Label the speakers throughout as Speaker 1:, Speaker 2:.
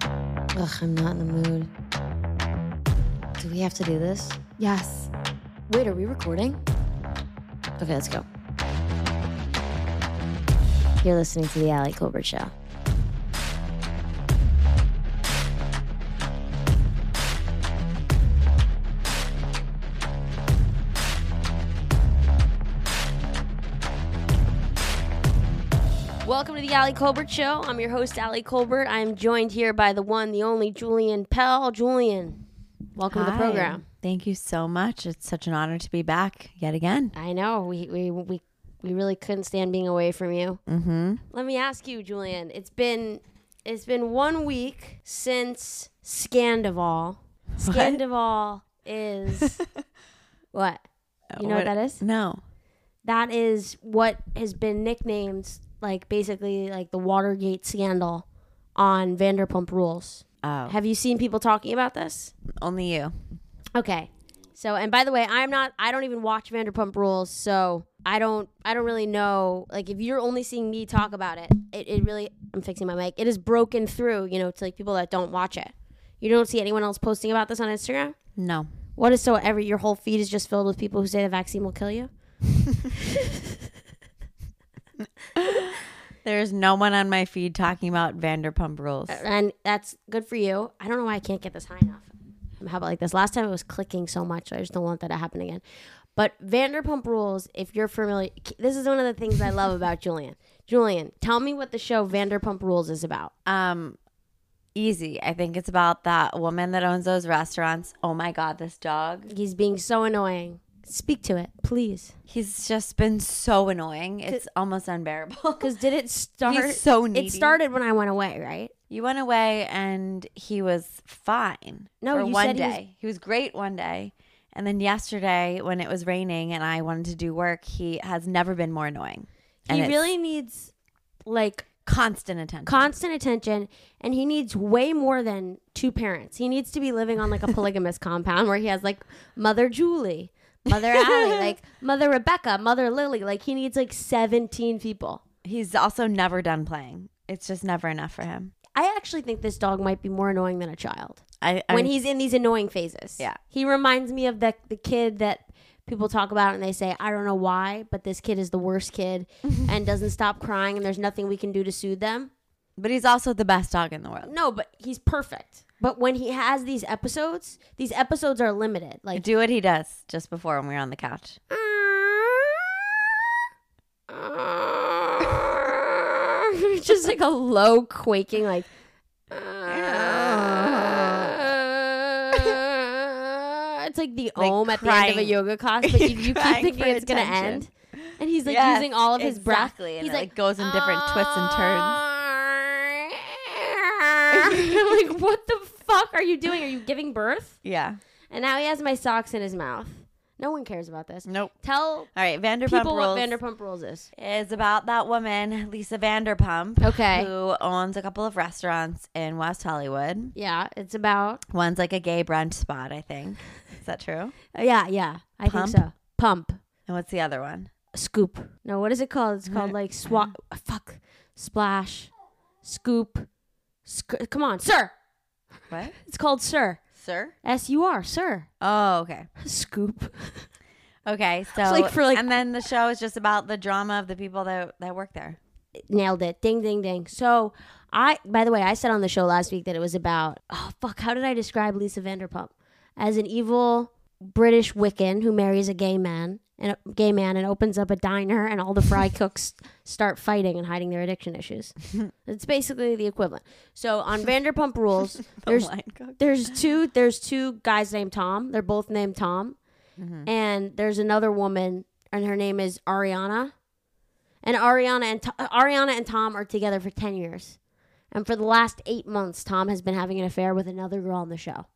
Speaker 1: Ugh, I'm not in the mood. Do we have to do this?
Speaker 2: Yes.
Speaker 1: Wait, are we recording? Okay, let's go. You're listening to The Allie Colbert Show. Welcome to the Allie Colbert Show. I'm your host, Allie Colbert. I'm joined here by the one, the only Julian Pell. Julian, welcome to the
Speaker 2: Hi.
Speaker 1: program.
Speaker 2: Thank you so much. It's such an honor to be back yet again.
Speaker 1: I know we we we we really couldn't stand being away from you.
Speaker 2: Mm-hmm.
Speaker 1: Let me ask you, Julian. It's been it's been one week since Scandival. Scandival is what you know what that is.
Speaker 2: No.
Speaker 1: That is what has been nicknamed like basically like the Watergate scandal on Vanderpump Rules.
Speaker 2: Oh,
Speaker 1: Have you seen people talking about this?
Speaker 2: only you.
Speaker 1: Okay. So, and by the way, I'm not. I don't even watch Vanderpump Rules, so I don't. I don't really know. Like, if you're only seeing me talk about it, it, it really. I'm fixing my mic. It is broken through, you know, to like people that don't watch it. You don't see anyone else posting about this on Instagram.
Speaker 2: No.
Speaker 1: What is so every your whole feed is just filled with people who say the vaccine will kill you?
Speaker 2: There's no one on my feed talking about Vanderpump Rules.
Speaker 1: and that's good for you. I don't know why I can't get this high enough. How about like this? Last time it was clicking so much, so I just don't want that to happen again. But Vanderpump Rules, if you're familiar, this is one of the things I love about Julian. Julian, tell me what the show Vanderpump Rules is about.
Speaker 2: Um, easy. I think it's about that woman that owns those restaurants. Oh my God, this dog.
Speaker 1: He's being so annoying. Speak to it, please.
Speaker 2: He's just been so annoying. It's almost unbearable.
Speaker 1: Because did it start?
Speaker 2: He's so needy.
Speaker 1: It started when I went away, right?
Speaker 2: You went away and he was fine.
Speaker 1: No,
Speaker 2: for
Speaker 1: you
Speaker 2: one
Speaker 1: said he
Speaker 2: day.
Speaker 1: was-
Speaker 2: He was, great one day. And then yesterday when it was raining and I wanted to do work, he has never been more annoying. And
Speaker 1: he
Speaker 2: it's
Speaker 1: really needs like
Speaker 2: constant attention.
Speaker 1: constant attention and he needs way more than two parents. He needs to be living on like a polygamous compound where he has like mother Julie, mother Allie, like mother Rebecca, mother Lily. Like he needs like 17 people.
Speaker 2: He's also never done playing. It's just never enough for him.
Speaker 1: I actually think this dog might be more annoying than a child
Speaker 2: I, I
Speaker 1: when he's in these annoying phases.
Speaker 2: Yeah.
Speaker 1: He reminds me of the, the kid that people talk about and they say, I don't know why, but this kid is the worst kid and doesn't stop crying and there's nothing we can do to soothe them.
Speaker 2: but he's also the best dog in the world.
Speaker 1: No, but he's perfect. But when he has these episodes, these episodes are limited. Like,
Speaker 2: Do what he does just before when we were on the couch.
Speaker 1: just like a low quaking, like. It's like the
Speaker 2: Like
Speaker 1: ohm at the end of a
Speaker 2: crying.
Speaker 1: yoga class, but you, you keep
Speaker 2: Crying
Speaker 1: thinking
Speaker 2: for
Speaker 1: it's gonna end,
Speaker 2: attention.
Speaker 1: and he's like
Speaker 2: Yes,
Speaker 1: using all of his breath.
Speaker 2: exactly, and
Speaker 1: he's
Speaker 2: it, like, goes in different twists and
Speaker 1: turns. like, what the fuck are you doing? Are you giving birth?
Speaker 2: Yeah.
Speaker 1: And now he has my socks in his mouth. No one cares about this.
Speaker 2: Nope.
Speaker 1: Tell
Speaker 2: All right, Vanderpump
Speaker 1: people
Speaker 2: rules.
Speaker 1: what Vanderpump Rules is.
Speaker 2: is about that woman, Lisa Vanderpump,
Speaker 1: Okay.
Speaker 2: who owns a couple of restaurants in West Hollywood.
Speaker 1: Yeah, it's about.
Speaker 2: One's like a gay brunch spot, I think. Is that true?
Speaker 1: Uh, yeah, yeah, I
Speaker 2: Pump?
Speaker 1: think so. Pump,
Speaker 2: And what's the other one?
Speaker 1: scoop. No, what is it called? It's called like swap. Fuck, splash, scoop. Sc- come on, sir.
Speaker 2: What?
Speaker 1: It's called sir.
Speaker 2: Sir?
Speaker 1: S U R, sir.
Speaker 2: Oh, okay.
Speaker 1: Scoop.
Speaker 2: Okay, so
Speaker 1: like for, like-
Speaker 2: and then the show is just about the drama of the people that that work there.
Speaker 1: Nailed it. Ding, ding, ding. So I, by the way, I said on the show last week that it was about. Oh fuck! How did I describe Lisa Vanderpump as an evil British Wiccan who marries a gay man and a gay man and opens up a diner and all the fry cooks start fighting and hiding their addiction issues. it's basically the equivalent. So on Vanderpump Rules, there's
Speaker 2: line cook.
Speaker 1: there's two there's two guys named Tom. They're both named Tom.
Speaker 2: Mm-hmm.
Speaker 1: And there's another woman and her name is Ariana. And Ariana and To- Ariana and Tom are together for 10 years. And for the last 8 months Tom has been having an affair with another girl on the show.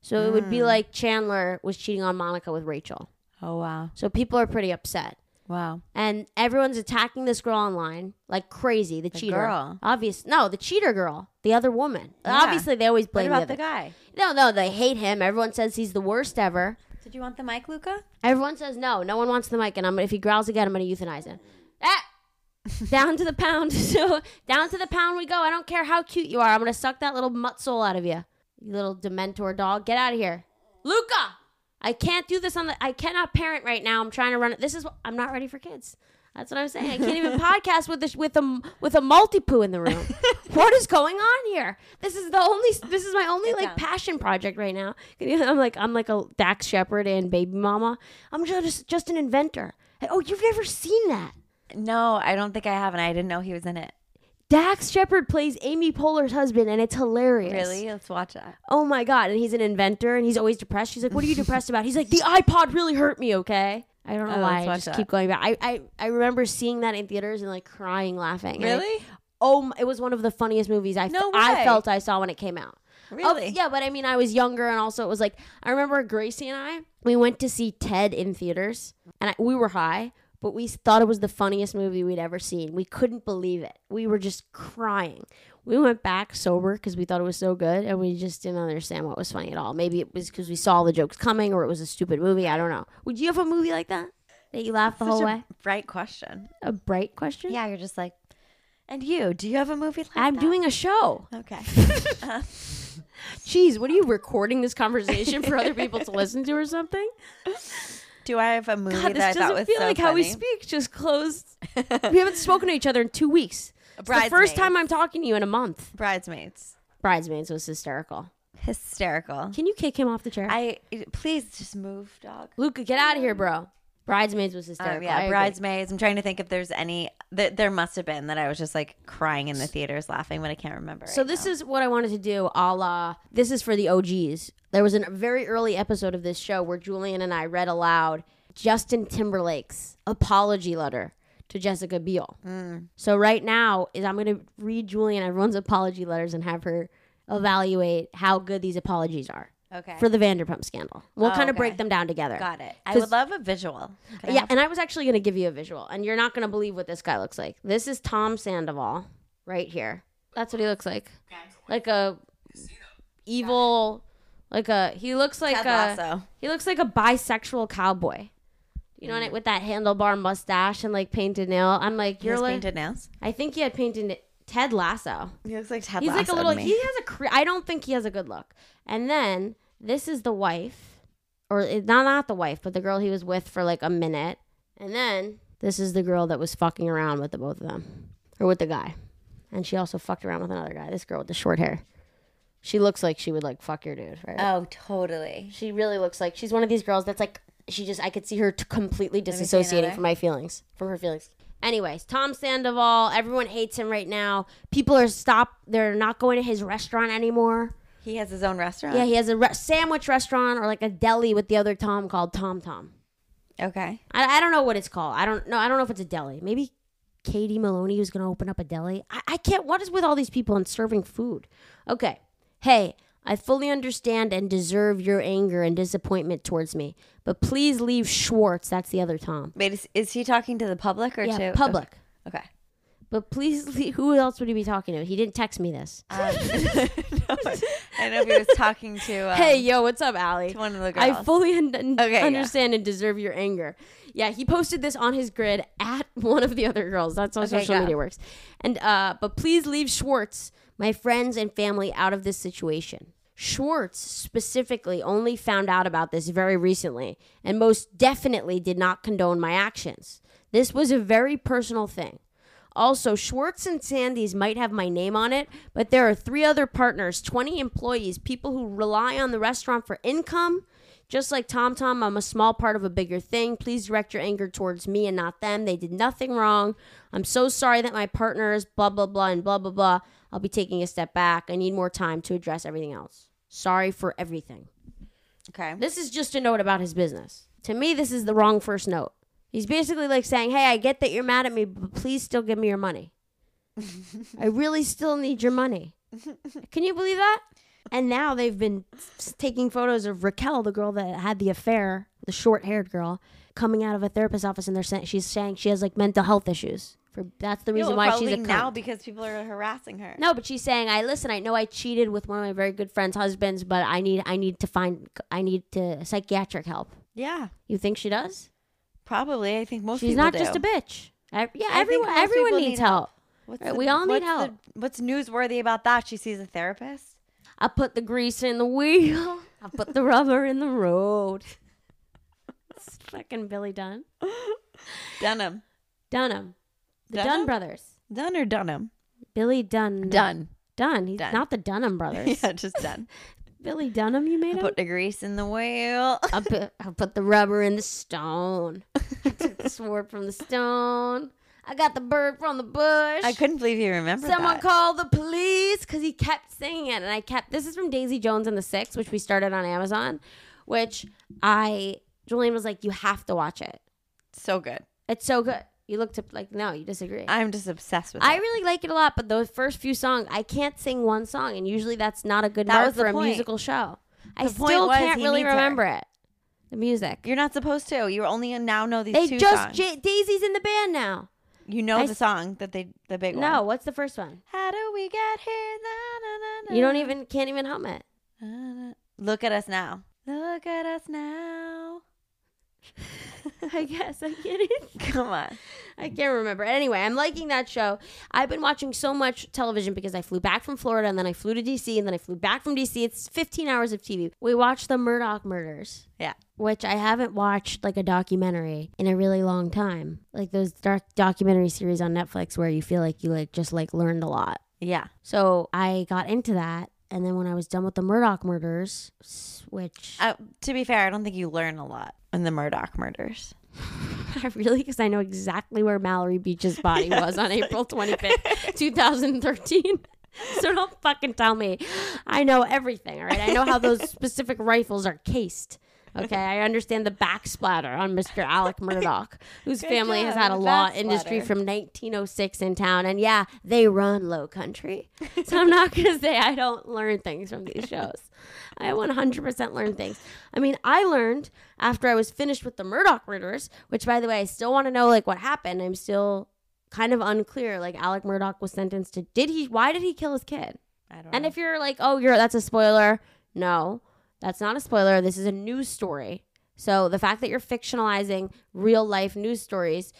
Speaker 1: So it would
Speaker 2: Hmm.
Speaker 1: be like Chandler was cheating on Monica with Rachel.
Speaker 2: Oh wow,
Speaker 1: So people are pretty upset.
Speaker 2: wow.
Speaker 1: And everyone's attacking this girl online like crazy. The, cheater,
Speaker 2: girl.
Speaker 1: obvious. No, the cheater girl, the other woman.
Speaker 2: Yeah.
Speaker 1: Obviously, they always
Speaker 2: What
Speaker 1: blame the
Speaker 2: about
Speaker 1: other
Speaker 2: the guy?
Speaker 1: no, no, they hate him. Everyone says he's the worst ever.
Speaker 2: Did you want the mic, Luca?
Speaker 1: Everyone says no. No one wants the mic, and I'm if he growls again, I'm gonna euthanize him. Ah! down to the pound. So down to the pound we go. I don't care how cute you are. I'm gonna suck that little mutt soul out of you, you little dementor dog. Get out of here, Luca. I can't do this on the. I cannot parent right now. I'm trying to run it. This is. what- I'm not ready for kids. That's what I'm saying. I can't even podcast with this with a with a multi poo in the room. what is going on here? This is the only. This is my only like
Speaker 2: sounds-
Speaker 1: passion project right now. I'm like I'm like a Dax Shepherd and baby mama. I'm just just an inventor. Oh, you've never seen that.
Speaker 2: No, I don't think I have, and I didn't know he was in it.
Speaker 1: Dax Shepard plays Amy Poehler's husband, and it's hilarious.
Speaker 2: Really? Let's watch that.
Speaker 1: Oh my god! And he's an inventor, and he's always depressed. She's like, "What are you depressed about?" He's like, "The iPod really hurt me." Okay, I don't know
Speaker 2: Oh,
Speaker 1: why. I
Speaker 2: let's watch
Speaker 1: just
Speaker 2: that.
Speaker 1: keep going back. I, I I remember seeing that in theaters and like crying, laughing. And it-
Speaker 2: Really?
Speaker 1: oh, my- it was one of the funniest movies I
Speaker 2: No
Speaker 1: I
Speaker 2: way.
Speaker 1: felt I saw when it came out. Oh,
Speaker 2: Really?
Speaker 1: yeah, but I mean, I was younger, and also it was like I remember Gracie and I we went to see Ted in theaters, and I, we were high, but we thought it was the funniest movie we'd ever seen. We couldn't believe it. We were just crying. We went back sober because we thought it was so good, and we just didn't understand what was funny at all. Maybe it was because we saw the jokes coming, or it was a stupid movie. I don't know. Would you have a movie like that that you laughed the whole
Speaker 2: Such
Speaker 1: way?
Speaker 2: a bright question.
Speaker 1: A bright question.
Speaker 2: Yeah, you're just like, and you? Do you have a movie like
Speaker 1: I'm
Speaker 2: that? Oh,
Speaker 1: doing a show.
Speaker 2: Okay. Uh,
Speaker 1: Jeez, what are you recording this conversation for other people to listen to or something?
Speaker 2: do I have a movie
Speaker 1: God, this
Speaker 2: that I thought
Speaker 1: doesn't
Speaker 2: was
Speaker 1: feel
Speaker 2: so
Speaker 1: like
Speaker 2: funny?
Speaker 1: how we speak. Just closed. we haven't spoken to each other in two weeks. It's the first
Speaker 2: Bridesmaids.
Speaker 1: time I'm talking to you in a month.
Speaker 2: Bridesmaids.
Speaker 1: Bridesmaids was hysterical.
Speaker 2: Hysterical.
Speaker 1: Can you kick him off the chair?
Speaker 2: I please just move, dog.
Speaker 1: Luca, get out of here, bro. Bridesmaids was
Speaker 2: Um,
Speaker 1: hysterical. I
Speaker 2: yeah,
Speaker 1: agree.
Speaker 2: bridesmaids. I'm trying to think if there's any. Th- there must have been that I was just like crying in the theaters, laughing, but I can't remember.
Speaker 1: So this is what I wanted to do, a la. This is for the OGs. There was a very early episode of this show where Julian and I read aloud Justin Timberlake's apology letter to Jessica Biel.
Speaker 2: Mm.
Speaker 1: So right now is I'm going to read Julian everyone's apology letters and have her evaluate how good these apologies are
Speaker 2: okay.
Speaker 1: for the Vanderpump scandal. We'll
Speaker 2: Oh,
Speaker 1: kind of
Speaker 2: okay.
Speaker 1: break them down together.
Speaker 2: Got it. I
Speaker 1: 'Cause-
Speaker 2: would love a visual. Could I
Speaker 1: Yeah,
Speaker 2: have-
Speaker 1: and I was actually going to give you a visual, and you're not going to believe what this guy looks like. This is Tom Sandoval right here. That's what he looks like. Like a evil, like a he looks like uh,
Speaker 2: Ted
Speaker 1: a
Speaker 2: Lasso.
Speaker 1: he looks like a bisexual cowboy. You know, and with that handlebar mustache and like painted nail. I'm like,
Speaker 2: He
Speaker 1: you're
Speaker 2: has
Speaker 1: like,
Speaker 2: painted nails.
Speaker 1: I think he had painted na- Ted Lasso.
Speaker 2: He looks like Ted
Speaker 1: He's like a
Speaker 2: Lasso to
Speaker 1: little.
Speaker 2: me.
Speaker 1: He has a. Cre- I don't think he has a good look. And then this is the wife, or it- not not the wife, but the girl he was with for like a minute. And then this is the girl that was fucking around with the both of them, or with the guy, and she also fucked around with another guy. This girl with the short hair. She looks like she would like fuck your dude, right?
Speaker 2: Oh, totally.
Speaker 1: she really looks like she's one of these girls that's like she just I could see her t- completely disassociating
Speaker 2: another.
Speaker 1: from my feelings, from her feelings. Anyways, Tom Sandoval, everyone hates him right now. People are stop; they're not going to his restaurant anymore.
Speaker 2: He has his own restaurant.
Speaker 1: Yeah, he has a re- sandwich restaurant or like a deli with the other Tom called Tom Tom.
Speaker 2: okay.
Speaker 1: I, I don't know what it's called. I don't know. I don't know if it's a deli. Maybe Katie Maloney was going to open up a deli. I, I can't. What is with all these people and serving food? Okay. Hey, I fully understand and deserve your anger and disappointment towards me, but please leave Schwartz. That's the other Tom.
Speaker 2: Wait, is, is he talking to the public or
Speaker 1: Yeah,
Speaker 2: to
Speaker 1: public.
Speaker 2: Okay.
Speaker 1: But please, leave, who else would he be talking to? He didn't text me this.
Speaker 2: Um, no, I know if he was talking to. Um,
Speaker 1: hey, yo, what's up, Allie?
Speaker 2: to one of the girls.
Speaker 1: I fully un- un-
Speaker 2: Okay, yeah.
Speaker 1: understand and deserve your anger. Yeah, he posted this on his grid at one of the other girls. That's how
Speaker 2: Okay,
Speaker 1: social
Speaker 2: go.
Speaker 1: media works. And uh, but please leave Schwartz, my friends and family, out of this situation. Schwartz specifically only found out about this very recently, and most definitely did not condone my actions. This was a very personal thing. Also, Schwartz and Sandy's might have my name on it, but there are three other partners, 20 employees, people who rely on the restaurant for income. Just like Tom Tom, I'm a small part of a bigger thing. Please direct your anger towards me and not them. They did nothing wrong. I'm so sorry that my partners, blah, blah, blah, and blah, blah, blah. I'll be taking a step back. I need more time to address everything else. Sorry for everything.
Speaker 2: okay.
Speaker 1: This is just a note about his business. To me, this is the wrong first note. He's basically like saying, "Hey, I get that you're mad at me, but please still give me your money. I really still need your money." Can you believe that? And now they've been s- taking photos of Raquel, the girl that had the affair, the short-haired girl, coming out of a therapist's office, and they're saying she's saying she has like mental health issues. For that's the
Speaker 2: No,
Speaker 1: reason why she's
Speaker 2: probably
Speaker 1: a
Speaker 2: now
Speaker 1: cunt.
Speaker 2: because people are harassing her.
Speaker 1: No, but she's saying, "I listen. I know I cheated with one of my very good friends' husbands, but I need, I need to find, I need to psychiatric help."
Speaker 2: Yeah,
Speaker 1: You think she does?
Speaker 2: probably. I think most
Speaker 1: She's
Speaker 2: people
Speaker 1: not just
Speaker 2: do.
Speaker 1: a bitch. Ev- yeah,
Speaker 2: I think
Speaker 1: everyone
Speaker 2: most people
Speaker 1: everyone
Speaker 2: need
Speaker 1: needs help.
Speaker 2: What's
Speaker 1: Right, we all need
Speaker 2: what's
Speaker 1: help.
Speaker 2: The, what's newsworthy about that? She sees a therapist.
Speaker 1: I put the grease in the wheel. I put the rubber in the road. It's fucking Billy Dunn.
Speaker 2: Dunham.
Speaker 1: Dunham. The Dunn,
Speaker 2: Dunham?
Speaker 1: brothers.
Speaker 2: Dunn or Dunham?
Speaker 1: Billy Dunn.
Speaker 2: Done.
Speaker 1: Dunn. He's
Speaker 2: Dunn.
Speaker 1: not the Dunham brothers.
Speaker 2: yeah, just done.
Speaker 1: Billy Dunham, you made
Speaker 2: I
Speaker 1: him?
Speaker 2: put the grease in the wheel.
Speaker 1: I put, I put the rubber in the stone. I took the sword from the stone. I got the bird from the bush.
Speaker 2: I couldn't believe you remembered
Speaker 1: Someone
Speaker 2: that.
Speaker 1: called the police because he kept singing it. And I kept, this is from Daisy Jones and the Six, which we started on Amazon, which I, Julian was like, you have to watch it.
Speaker 2: so good.
Speaker 1: It's so good. You looked up like, no, you disagree. I,
Speaker 2: I'm just obsessed with. it.
Speaker 1: really like it a lot, but those first few songs, I can't sing one song. And usually that's not a good
Speaker 2: That
Speaker 1: mark
Speaker 2: was the
Speaker 1: for a
Speaker 2: point.
Speaker 1: musical show. I
Speaker 2: The point
Speaker 1: still
Speaker 2: was
Speaker 1: can't
Speaker 2: he
Speaker 1: really
Speaker 2: needs her.
Speaker 1: remember it. The music.
Speaker 2: You're not supposed to. You only now know these
Speaker 1: They
Speaker 2: two
Speaker 1: just
Speaker 2: songs.
Speaker 1: J- Daisy's in the band now.
Speaker 2: you know
Speaker 1: I
Speaker 2: the
Speaker 1: s-
Speaker 2: song that they the big one.
Speaker 1: No, what's the first one?
Speaker 2: How do we get here? Na, na, na,
Speaker 1: You don't
Speaker 2: na.
Speaker 1: even can't even hum it.
Speaker 2: Na, na. Look at us now. Look at us now.
Speaker 1: I guess I get it.
Speaker 2: Come on.
Speaker 1: I can't remember. Anyway, I'm liking that show. I've been watching so much television because I flew back from Florida and then I flew to DC and then I flew back from DC. It's 15 hours of TV. We watched the Murdoch murders.
Speaker 2: Yeah.
Speaker 1: Which I haven't watched like a documentary in a really long time. Like those dark documentary series on Netflix where you feel like you like just like learned a lot.
Speaker 2: Yeah.
Speaker 1: So I got into that. And then when I was done with the Murdoch murders, s- which
Speaker 2: Uh, to be fair, I don't think you learn a lot in the Murdoch murders.
Speaker 1: I really, because I know exactly where Mallory Beach's body was on April 25th, 2013. So don't fucking tell me. I know everything, all right? I know how those specific rifles are cased. Okay, I understand the back splatter on Mr. Alec Murdoch, whose
Speaker 2: Good
Speaker 1: family has
Speaker 2: job,
Speaker 1: had a
Speaker 2: the
Speaker 1: law
Speaker 2: back
Speaker 1: industry
Speaker 2: splatter.
Speaker 1: from 1906 in town. And yeah, they run low country. So I'm not going to say I don't learn things from these shows. I 100% learned things. I mean, I learned after I was finished with the Murdoch murders, which by the way, I still want to know like what happened. I'm still kind of unclear. Like Alec Murdoch was sentenced to did he why did he kill his kid?
Speaker 2: I don't
Speaker 1: And
Speaker 2: know.
Speaker 1: if you're like, "Oh, you're that's a spoiler." No. That's not a spoiler. This is a news story. So, the fact that you're fictionalizing real life news stories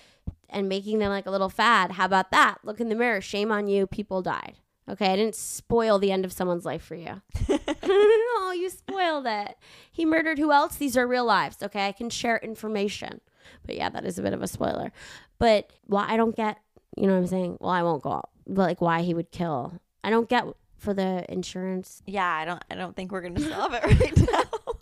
Speaker 1: and making them like a little fad, how about that? Look in the mirror. Shame on you. People died. Okay, I didn't spoil the end of someone's life for you. oh, you spoiled it. He murdered who else? These are real lives. Okay, I can share information. But yeah, that is a bit of a spoiler. But why I don't get, you know what I'm saying? Well, I won't go out. But like why he would kill. I don't get for the insurance.
Speaker 2: yeah, I don't. I don't think we're gonna solve it right now.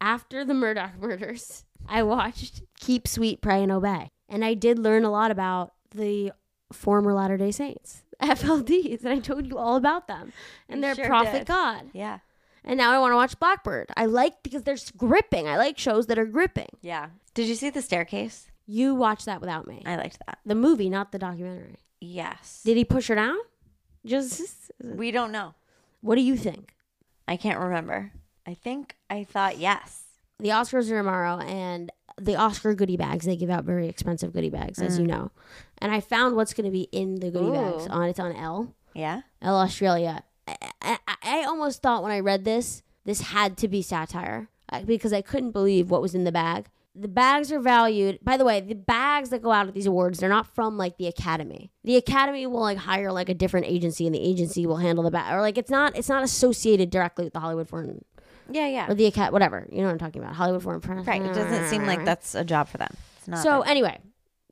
Speaker 1: After the Murdoch murders, I watched Keep Sweet, Pray and Obey. And I did learn a lot about the former Latter day Saints, FLDs. And I told you all about them and
Speaker 2: You
Speaker 1: their
Speaker 2: sure
Speaker 1: prophet
Speaker 2: did.
Speaker 1: God.
Speaker 2: yeah.
Speaker 1: And now I want to watch Blackbird. I like because they're s- gripping. I like shows that are gripping.
Speaker 2: Yeah. Did you see the staircase?
Speaker 1: You watch that without me.
Speaker 2: I liked that.
Speaker 1: The movie, not the documentary.
Speaker 2: Yes.
Speaker 1: Did he push her down? Just
Speaker 2: we don't know.
Speaker 1: what do you think?
Speaker 2: I can't remember. I think I thought yes.
Speaker 1: The Oscars are tomorrow, and the Oscar goodie bags they give out very expensive goodie bags, as you know. And I found what's going to be in the goodie bags.
Speaker 2: Ooh.
Speaker 1: On it's on L
Speaker 2: Yeah.
Speaker 1: L Australia. I, I, I almost thought when I read this, this had to be satire I- because I couldn't believe what was in the bag. The bags are valued. By the way, the bags that go out at these awards, they're not from like the academy. The academy will like hire like a different agency, and the agency will handle the bag, or like it's not it's not associated directly with the Hollywood Foreign
Speaker 2: Yeah. Yeah.
Speaker 1: or the acad whatever. You know what I'm talking about? Hollywood Foreign Press.
Speaker 2: Right. It doesn't seem like that's a job for them. It's not.
Speaker 1: So
Speaker 2: their-
Speaker 1: anyway,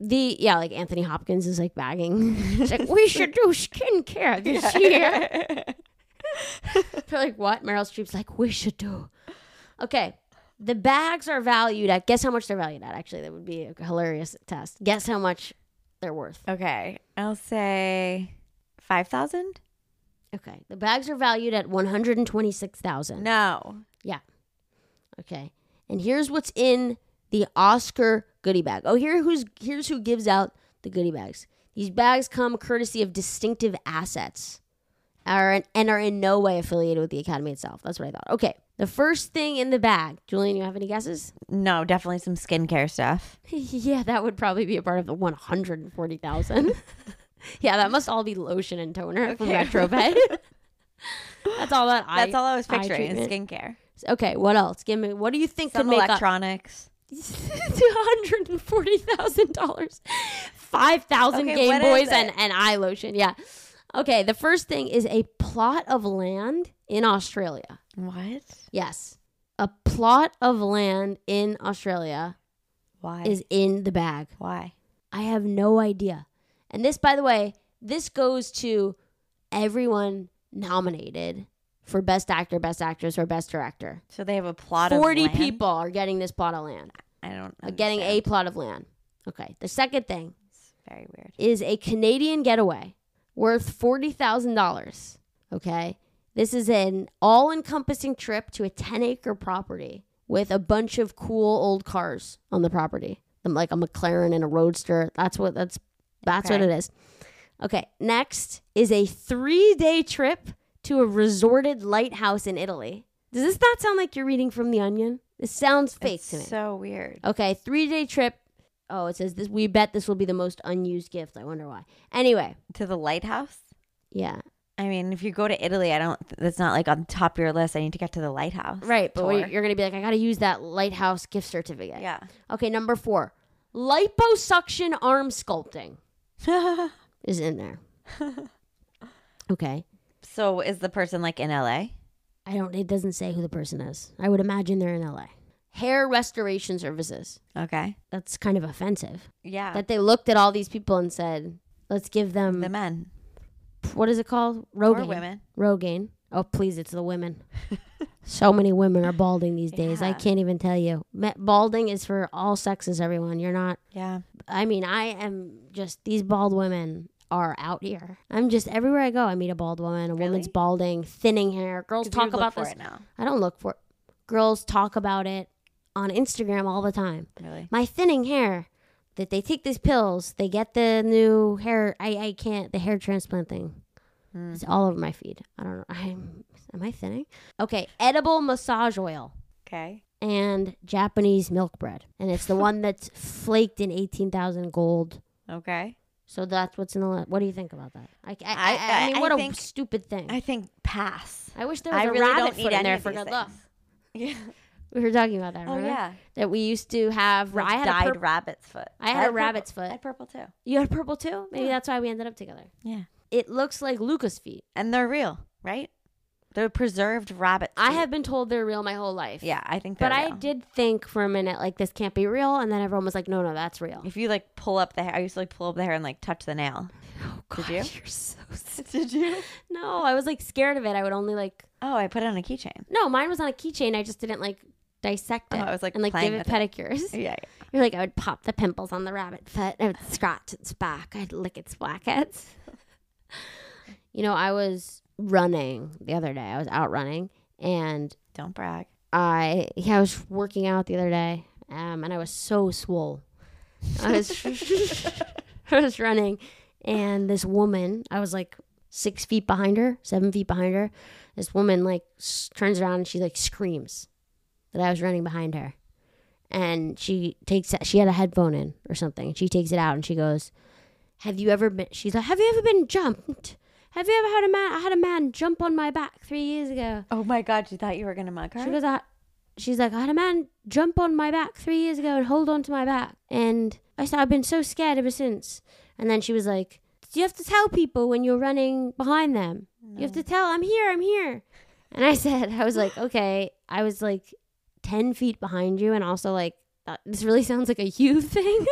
Speaker 1: the yeah, like Anthony Hopkins is like bagging. He's like, we should do skincare this year. They're like, what? Meryl Streep's like, we should do. Okay. The bags are valued at guess how much they're valued at. Actually, that would be a hilarious test. Guess how much they're worth.
Speaker 2: okay. I'll say five thousand.
Speaker 1: Okay. The bags are valued at one hundred and twenty six thousand.
Speaker 2: No.
Speaker 1: Okay. And here's what's in the Oscar goodie bag. Oh, here who's here's who gives out the goodie bags. These bags come courtesy of distinctive assets. Are in, and are in no way affiliated with the Academy itself. That's what I thought. Okay. The first thing in the bag, Julian, you have any guesses?
Speaker 2: No. Definitely some skincare stuff.
Speaker 1: yeah, that would probably be a part of the 140,000. yeah, that must all be lotion and toner from
Speaker 2: Okay.
Speaker 1: Retrobed. That's all that I
Speaker 2: That's all I was
Speaker 1: eye
Speaker 2: picturing. Is skincare.
Speaker 1: Okay, what else? Give me what do you think
Speaker 2: Some
Speaker 1: could make up
Speaker 2: electronics.
Speaker 1: $240,000. 5,000
Speaker 2: Okay,
Speaker 1: Game
Speaker 2: what is
Speaker 1: Boys and,
Speaker 2: it?
Speaker 1: and eye lotion. Yeah. Okay, the first thing is a plot of land in Australia.
Speaker 2: What?
Speaker 1: Yes. A plot of land in Australia
Speaker 2: Why?
Speaker 1: is in the bag.
Speaker 2: Why?
Speaker 1: I have no idea. And this, by the way, this goes to everyone nominated for Best Actor, Best Actress, or Best Director.
Speaker 2: So they have a plot
Speaker 1: Forty
Speaker 2: of land?
Speaker 1: people are getting this plot of land,
Speaker 2: I don't.
Speaker 1: are uh, getting
Speaker 2: understand.
Speaker 1: a plot of land. Okay. The second thing
Speaker 2: It's very weird.
Speaker 1: is a Canadian getaway worth forty thousand dollars. Okay, this is an all-encompassing trip to a ten-acre property with a bunch of cool old cars on the property, Um, like a McLaren and a Roadster. That's what that's that's what
Speaker 2: Okay.
Speaker 1: it is. Okay, next is a three-day trip to a resorted lighthouse in Italy. Does this not sound like you're reading from The Onion? This sounds fake
Speaker 2: It's
Speaker 1: to me.
Speaker 2: So weird.
Speaker 1: Okay, three day trip. Oh, it says this. We bet this will be the most unused gift. I wonder why. Anyway,
Speaker 2: To the lighthouse.
Speaker 1: yeah,
Speaker 2: I mean, if you go to Italy, I don't. That's not like on top of your list. I need to get to the lighthouse.
Speaker 1: right. But
Speaker 2: Tour.
Speaker 1: we- you're gonna be like, I gotta use that lighthouse gift certificate.
Speaker 2: Yeah.
Speaker 1: Okay, number four, liposuction arm sculpting is in there. okay,
Speaker 2: so is the person like in LA?
Speaker 1: I don't. It doesn't say who the person is. I would imagine they're in L.A. Hair restoration services.
Speaker 2: Okay.
Speaker 1: That's kind of offensive.
Speaker 2: Yeah.
Speaker 1: That they looked at all these people and said, "Let's give them
Speaker 2: the men
Speaker 1: what is it called? Rogaine.
Speaker 2: or women.
Speaker 1: Rogaine. Oh, please, it's the women. so many women are balding these days. I
Speaker 2: Yeah.
Speaker 1: can't even tell you. Ma- Balding is for all sexes, everyone. You're not.
Speaker 2: Yeah.
Speaker 1: I mean, I am just. These bald women are out here. I'm just everywhere I go. I meet a bald woman. A woman's
Speaker 2: Really?
Speaker 1: balding, thinning hair. Girls
Speaker 2: 'Cause you
Speaker 1: talk
Speaker 2: look
Speaker 1: about
Speaker 2: for
Speaker 1: this.
Speaker 2: it now.
Speaker 1: I don't look for. Girls talk about it on Instagram all the time.
Speaker 2: Really.
Speaker 1: My thinning hair. That they take these pills. They get the new hair. I I can't the hair transplant thing.
Speaker 2: Hmm.
Speaker 1: It's all over my feed. I don't know. I'm am I thinning? Okay, edible massage oil
Speaker 2: Okay.
Speaker 1: and Japanese milk bread, and it's the one that's flaked in eighteen thousand gold.
Speaker 2: Okay.
Speaker 1: So that's what's in the. Li- what do you think about that? I I, I,
Speaker 2: I-
Speaker 1: I,
Speaker 2: I-
Speaker 1: mean,
Speaker 2: I
Speaker 1: what a
Speaker 2: think-
Speaker 1: stupid thing.
Speaker 2: I
Speaker 1: I,
Speaker 2: think pass.
Speaker 1: wish there was
Speaker 2: I
Speaker 1: a
Speaker 2: really
Speaker 1: rabbit
Speaker 2: don't need
Speaker 1: foot in
Speaker 2: any
Speaker 1: there
Speaker 2: of
Speaker 1: for good
Speaker 2: these things.
Speaker 1: luck.
Speaker 2: Yeah.
Speaker 1: We were talking about that,
Speaker 2: Oh
Speaker 1: remember?
Speaker 2: yeah.
Speaker 1: That we used to have.
Speaker 2: Like
Speaker 1: I had a
Speaker 2: dyed
Speaker 1: purp-
Speaker 2: rabbit's foot.
Speaker 1: I had a
Speaker 2: purple.
Speaker 1: rabbit's foot.
Speaker 2: I had purple too.
Speaker 1: you had purple too. Maybe
Speaker 2: Yeah.
Speaker 1: that's why we ended up together.
Speaker 2: Yeah.
Speaker 1: It looks like Lucas feet.
Speaker 2: And they're real, right? They're preserved rabbit.
Speaker 1: I
Speaker 2: feet.
Speaker 1: have been told they're real my whole life.
Speaker 2: Yeah, I think. They're
Speaker 1: But I
Speaker 2: real.
Speaker 1: did think for a minute, like, this can't be real. And then everyone was like, no, no, that's real.
Speaker 2: If you like pull up the hair, I used to like pull up the hair and like touch the nail.
Speaker 1: Oh,
Speaker 2: Did you?
Speaker 1: are so sick.
Speaker 2: Did you?
Speaker 1: No, I was like scared of it. I would only like,
Speaker 2: Oh, I put it on a keychain.
Speaker 1: no, mine was on a keychain. I just didn't like dissect
Speaker 2: Oh,
Speaker 1: it.
Speaker 2: I was, like,
Speaker 1: and like
Speaker 2: playing
Speaker 1: give it
Speaker 2: with
Speaker 1: pedicures.
Speaker 2: Yeah.
Speaker 1: You're like, I would pop the pimples on the rabbit foot. I would scratch its back. I'd lick its blackheads. you know, I was running the other day. I was out running and
Speaker 2: Don't brag.
Speaker 1: I yeah, I was working out the other day, um, and I was so swole. I was I was running, and this woman, I was like six feet behind her, seven feet behind her. This woman like s- turns around and she like screams that I was running behind her, and she takes she had a headphone in or something, and she takes it out and she goes, "Have you ever been?" She's like, "Have you ever been jumped?" Have you ever had a man? I had a man jump on my back three years ago.
Speaker 2: Oh my god, you thought you were gonna mug her?
Speaker 1: She goes, I, she's like, I had a man jump on my back three years ago and hold on to my back. And I said, I've been so scared ever since. And then she was like, Do you have to tell people when you're running behind them? You have to tell, I'm here, I'm here. And I said, I was like, Okay. I was like 10 feet behind you. And also, like, that- this really sounds like a you thing.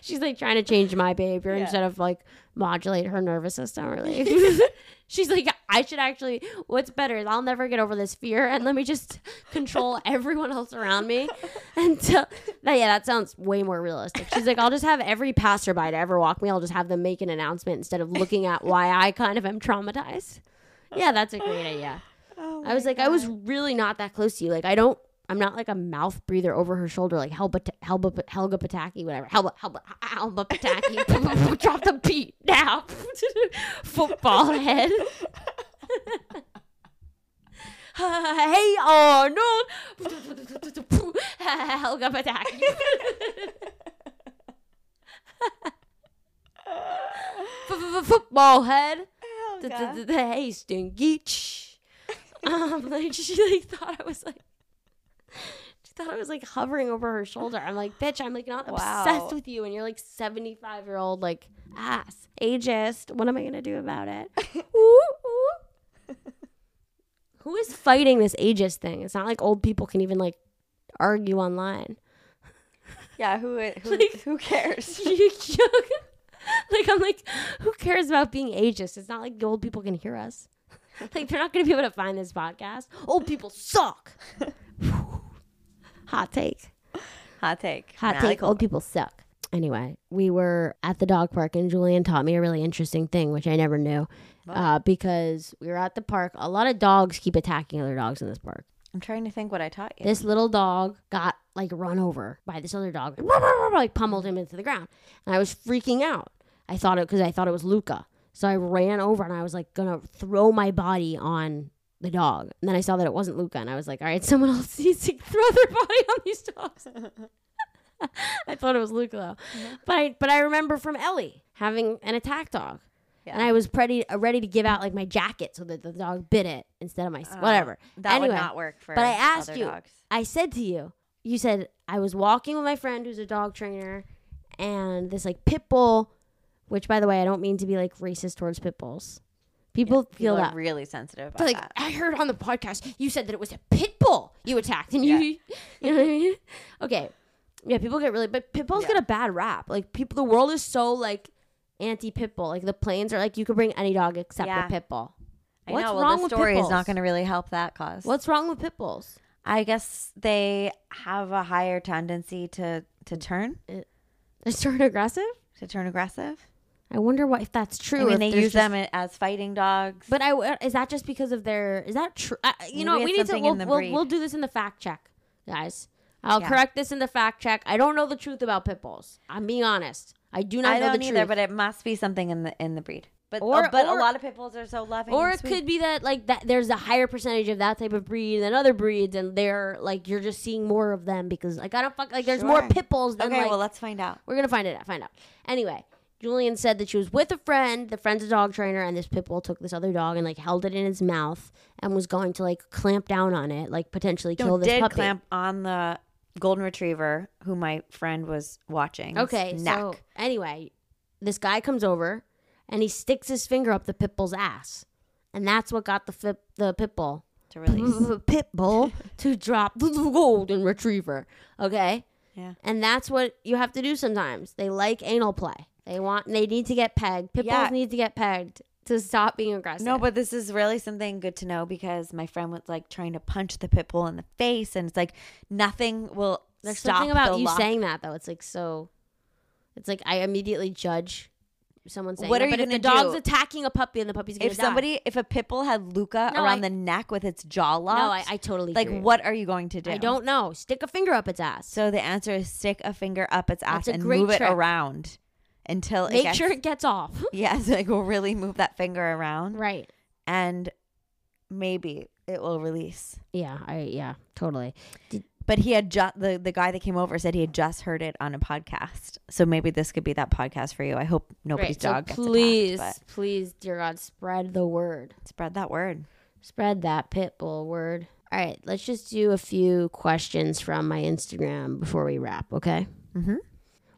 Speaker 1: She's like trying to change my behavior
Speaker 2: Yeah.
Speaker 1: instead of like modulate her nervous system or like she's like I should actually what's better is I'll never get over this fear and let me just control everyone else around me until that yeah that sounds way more realistic. She's like I'll just have every passerby to ever walk me I'll just have them make an announcement instead of looking at why I kind of am traumatized. Yeah, that's a great idea.
Speaker 2: Oh
Speaker 1: I was
Speaker 2: my
Speaker 1: like I was
Speaker 2: God.
Speaker 1: really not that close to you. Like I don't I'm not like a mouth breather over her shoulder like Helba Helba Helga Pataki whatever. Helba Helba Helba Pataki drop the beat now. Football head. hey Arnold. Helga Pataki. Football head.
Speaker 2: Oh,
Speaker 1: D- d- d-
Speaker 2: Helga.
Speaker 1: d- hey stinky Shh. um like she like thought i was like thought I was like hovering over her shoulder. I'm like, bitch, I'm like not
Speaker 2: Wow.
Speaker 1: obsessed with you, and you're like 75 year old like ass ageist. What am I gonna do about it? Ooh, ooh. Who is fighting this ageist thing? It's not like old people can even like argue online.
Speaker 2: Yeah, who i- who,
Speaker 1: Like-
Speaker 2: who cares?
Speaker 1: like I'm like, who cares about being ageist? It's not like old people can hear us. Like they're not gonna be able to find this podcast. Old people suck. Hot take.
Speaker 2: Hot take.
Speaker 1: Hot
Speaker 2: Natalie
Speaker 1: take. Old people suck. Anyway, we were at the dog park and Julian taught me a really interesting thing, which I never knew, uh, because we were at the park. A lot of dogs keep attacking other dogs in this park.
Speaker 2: I'm trying to think what I taught you.
Speaker 1: This little dog got like run over by this other dog, like pummeled him into the ground, and I was freaking out. I thought it because I thought it was Luca, so I ran over and I was like gonna throw my body on the dog, and then I saw that it wasn't Luca, and I was like, all right, someone else needs to throw their body on these dogs. I thought it was Luca though, but I, but I remember from Ellie having an attack dog.
Speaker 2: Yeah.
Speaker 1: And I was ready, ready to give out like my jacket so that the dog bit it instead of my s
Speaker 2: Oh,
Speaker 1: whatever.
Speaker 2: That
Speaker 1: anyway,
Speaker 2: would not work for
Speaker 1: but I asked
Speaker 2: other
Speaker 1: you.
Speaker 2: dogs.
Speaker 1: I said to you, you said I was walking with my friend who's a dog trainer, and this like pit bull, which by the way I don't mean to be like racist towards pit bulls. People feel
Speaker 2: People are
Speaker 1: that.
Speaker 2: really sensitive
Speaker 1: They're like
Speaker 2: about that.
Speaker 1: I heard on the podcast you said that it was a pit bull you attacked, and you, you know what I mean? Okay, yeah, people get really, but pit bulls
Speaker 2: Yeah.
Speaker 1: get a bad rap. Like people, the world is so like anti pit bull. Like the planes are like you could bring any dog except
Speaker 2: Yeah.
Speaker 1: a pit bull.
Speaker 2: I
Speaker 1: What's
Speaker 2: know. Well,
Speaker 1: wrong
Speaker 2: this
Speaker 1: with pit
Speaker 2: story is not
Speaker 1: bulls?
Speaker 2: going to really help that cause.
Speaker 1: What's wrong with pit bulls?
Speaker 2: I guess they have a higher tendency to
Speaker 1: Mm.
Speaker 2: to turn
Speaker 1: They turn aggressive.
Speaker 2: to turn aggressive.
Speaker 1: I wonder what if that's true.
Speaker 2: I mean,
Speaker 1: if
Speaker 2: they
Speaker 1: there's
Speaker 2: use
Speaker 1: just-
Speaker 2: them a- as fighting dogs.
Speaker 1: But I is that just because of their is that true? Uh, you know what,
Speaker 2: Maybe
Speaker 1: we
Speaker 2: it's
Speaker 1: need to
Speaker 2: something
Speaker 1: we'll,
Speaker 2: in the
Speaker 1: we'll,
Speaker 2: breed.
Speaker 1: we'll do this in the fact check, guys. I'll
Speaker 2: Yeah.
Speaker 1: correct this in the fact check. I don't know the truth about pit bulls. I'm being honest. I do not
Speaker 2: I
Speaker 1: know
Speaker 2: don't
Speaker 1: the
Speaker 2: either.
Speaker 1: truth.
Speaker 2: But it must be something in the in the breed. But
Speaker 1: Or-
Speaker 2: but
Speaker 1: or-
Speaker 2: a lot of pit bulls are so loving.
Speaker 1: or
Speaker 2: and
Speaker 1: it
Speaker 2: sweet.
Speaker 1: could be that like that there's a higher percentage of that type of breed than other breeds, and they're like you're just seeing more of them because like I don't fuck like there's more
Speaker 2: Sure.
Speaker 1: pit bulls than
Speaker 2: Okay,
Speaker 1: like
Speaker 2: well let's find out.
Speaker 1: We're gonna find it out. Find out. Anyway, Julian said that she was with a friend. The friend's a dog trainer, and this pit bull took this other dog and like held it in his mouth and was going to like clamp down on it, like potentially kill this
Speaker 2: did
Speaker 1: puppy.
Speaker 2: clamp on the golden retriever who my friend was watching.
Speaker 1: okay,
Speaker 2: neck.
Speaker 1: so anyway, this guy comes over and he sticks his finger up the pit bull's ass, and that's what got the flip, the pit bull
Speaker 2: to release.
Speaker 1: pit bull to drop the golden retriever. Okay.
Speaker 2: Yeah.
Speaker 1: And that's what you have to do sometimes. They like anal play. They want. They need to get pegged. Pit
Speaker 2: Yeah.
Speaker 1: bulls need to get pegged to stop being aggressive.
Speaker 2: No, but this is really something good to know because my friend was like trying to punch the pit bull in the face, and it's like nothing will
Speaker 1: there's
Speaker 2: stop
Speaker 1: something about
Speaker 2: the
Speaker 1: you
Speaker 2: lock.
Speaker 1: saying that though. It's like so. It's like I immediately judge someone saying.
Speaker 2: What
Speaker 1: that,
Speaker 2: are you
Speaker 1: but if the
Speaker 2: gonna
Speaker 1: dog's
Speaker 2: do?
Speaker 1: attacking a puppy and the puppy's gonna
Speaker 2: if
Speaker 1: die-
Speaker 2: somebody, if a pit bull had Luca
Speaker 1: No,
Speaker 2: around
Speaker 1: I-
Speaker 2: the neck with its jaw
Speaker 1: No,
Speaker 2: locked,
Speaker 1: I, I totally
Speaker 2: like
Speaker 1: hear you.
Speaker 2: what are you going to do?
Speaker 1: I don't know. Stick a finger up its ass.
Speaker 2: So the answer is stick a finger up its ass
Speaker 1: That's a
Speaker 2: and
Speaker 1: great
Speaker 2: move it
Speaker 1: trick.
Speaker 2: around until it
Speaker 1: Make
Speaker 2: gets,
Speaker 1: sure it gets off.
Speaker 2: Yes, like will really move that finger around,
Speaker 1: right.
Speaker 2: and maybe it will release.
Speaker 1: Yeah. I. Yeah. Totally.
Speaker 2: But he had just the, the guy that came over said he had just heard it on a podcast. So maybe this could be that podcast for you. I hope nobody's
Speaker 1: Right, so
Speaker 2: dog gets
Speaker 1: please,
Speaker 2: attacked,
Speaker 1: please, dear God, spread the word.
Speaker 2: but spread that word.
Speaker 1: Spread that pit bull word. All right, let's just do a few questions from my Instagram before we wrap, okay?
Speaker 2: Mhm.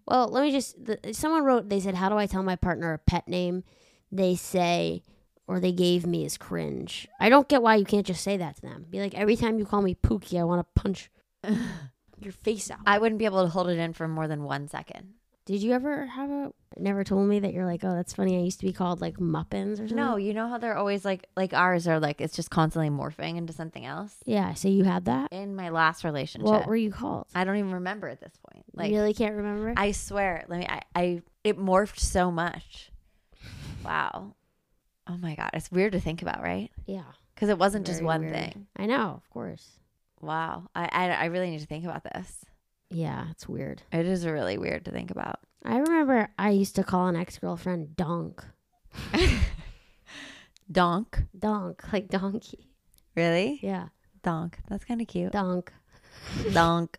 Speaker 1: Well, let me just. The, someone wrote, they said, How do I tell my partner a pet name? They say, or they gave me is cringe. I don't get why you can't just say that to them. Be like, Every time you call me Pookie, I want to punch your face out.
Speaker 2: I wouldn't be able to hold it in for more than one second.
Speaker 1: Did you ever have a. Never told me that you're like, Oh, that's funny. I used to be called like Muppins or something?
Speaker 2: No, you know how they're always like like ours are like it's just constantly morphing into something else.
Speaker 1: Yeah, so you had that?
Speaker 2: In my last relationship,
Speaker 1: What were you called?
Speaker 2: I don't even remember at this point. Like
Speaker 1: you really can't remember?
Speaker 2: I swear, let me. I, I it morphed so much. Wow. Oh my god, it's weird to think about, right?
Speaker 1: yeah.
Speaker 2: Because it wasn't just
Speaker 1: Very
Speaker 2: one
Speaker 1: weird.
Speaker 2: thing.
Speaker 1: I know, of course.
Speaker 2: Wow. I, I I really need to think about this.
Speaker 1: Yeah, it's weird.
Speaker 2: It is really weird to think about.
Speaker 1: I remember I used to call an ex girlfriend Donk.
Speaker 2: Donk.
Speaker 1: Donk, like donkey.
Speaker 2: Really?
Speaker 1: Yeah,
Speaker 2: Donk. That's kind of cute.
Speaker 1: donk.
Speaker 2: Donk.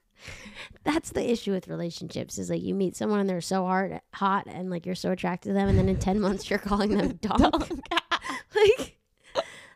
Speaker 1: That's the issue with relationships is like you meet someone and they're so hard, hot and like you're so attracted to them, and then in 10 months you're calling them donk. like,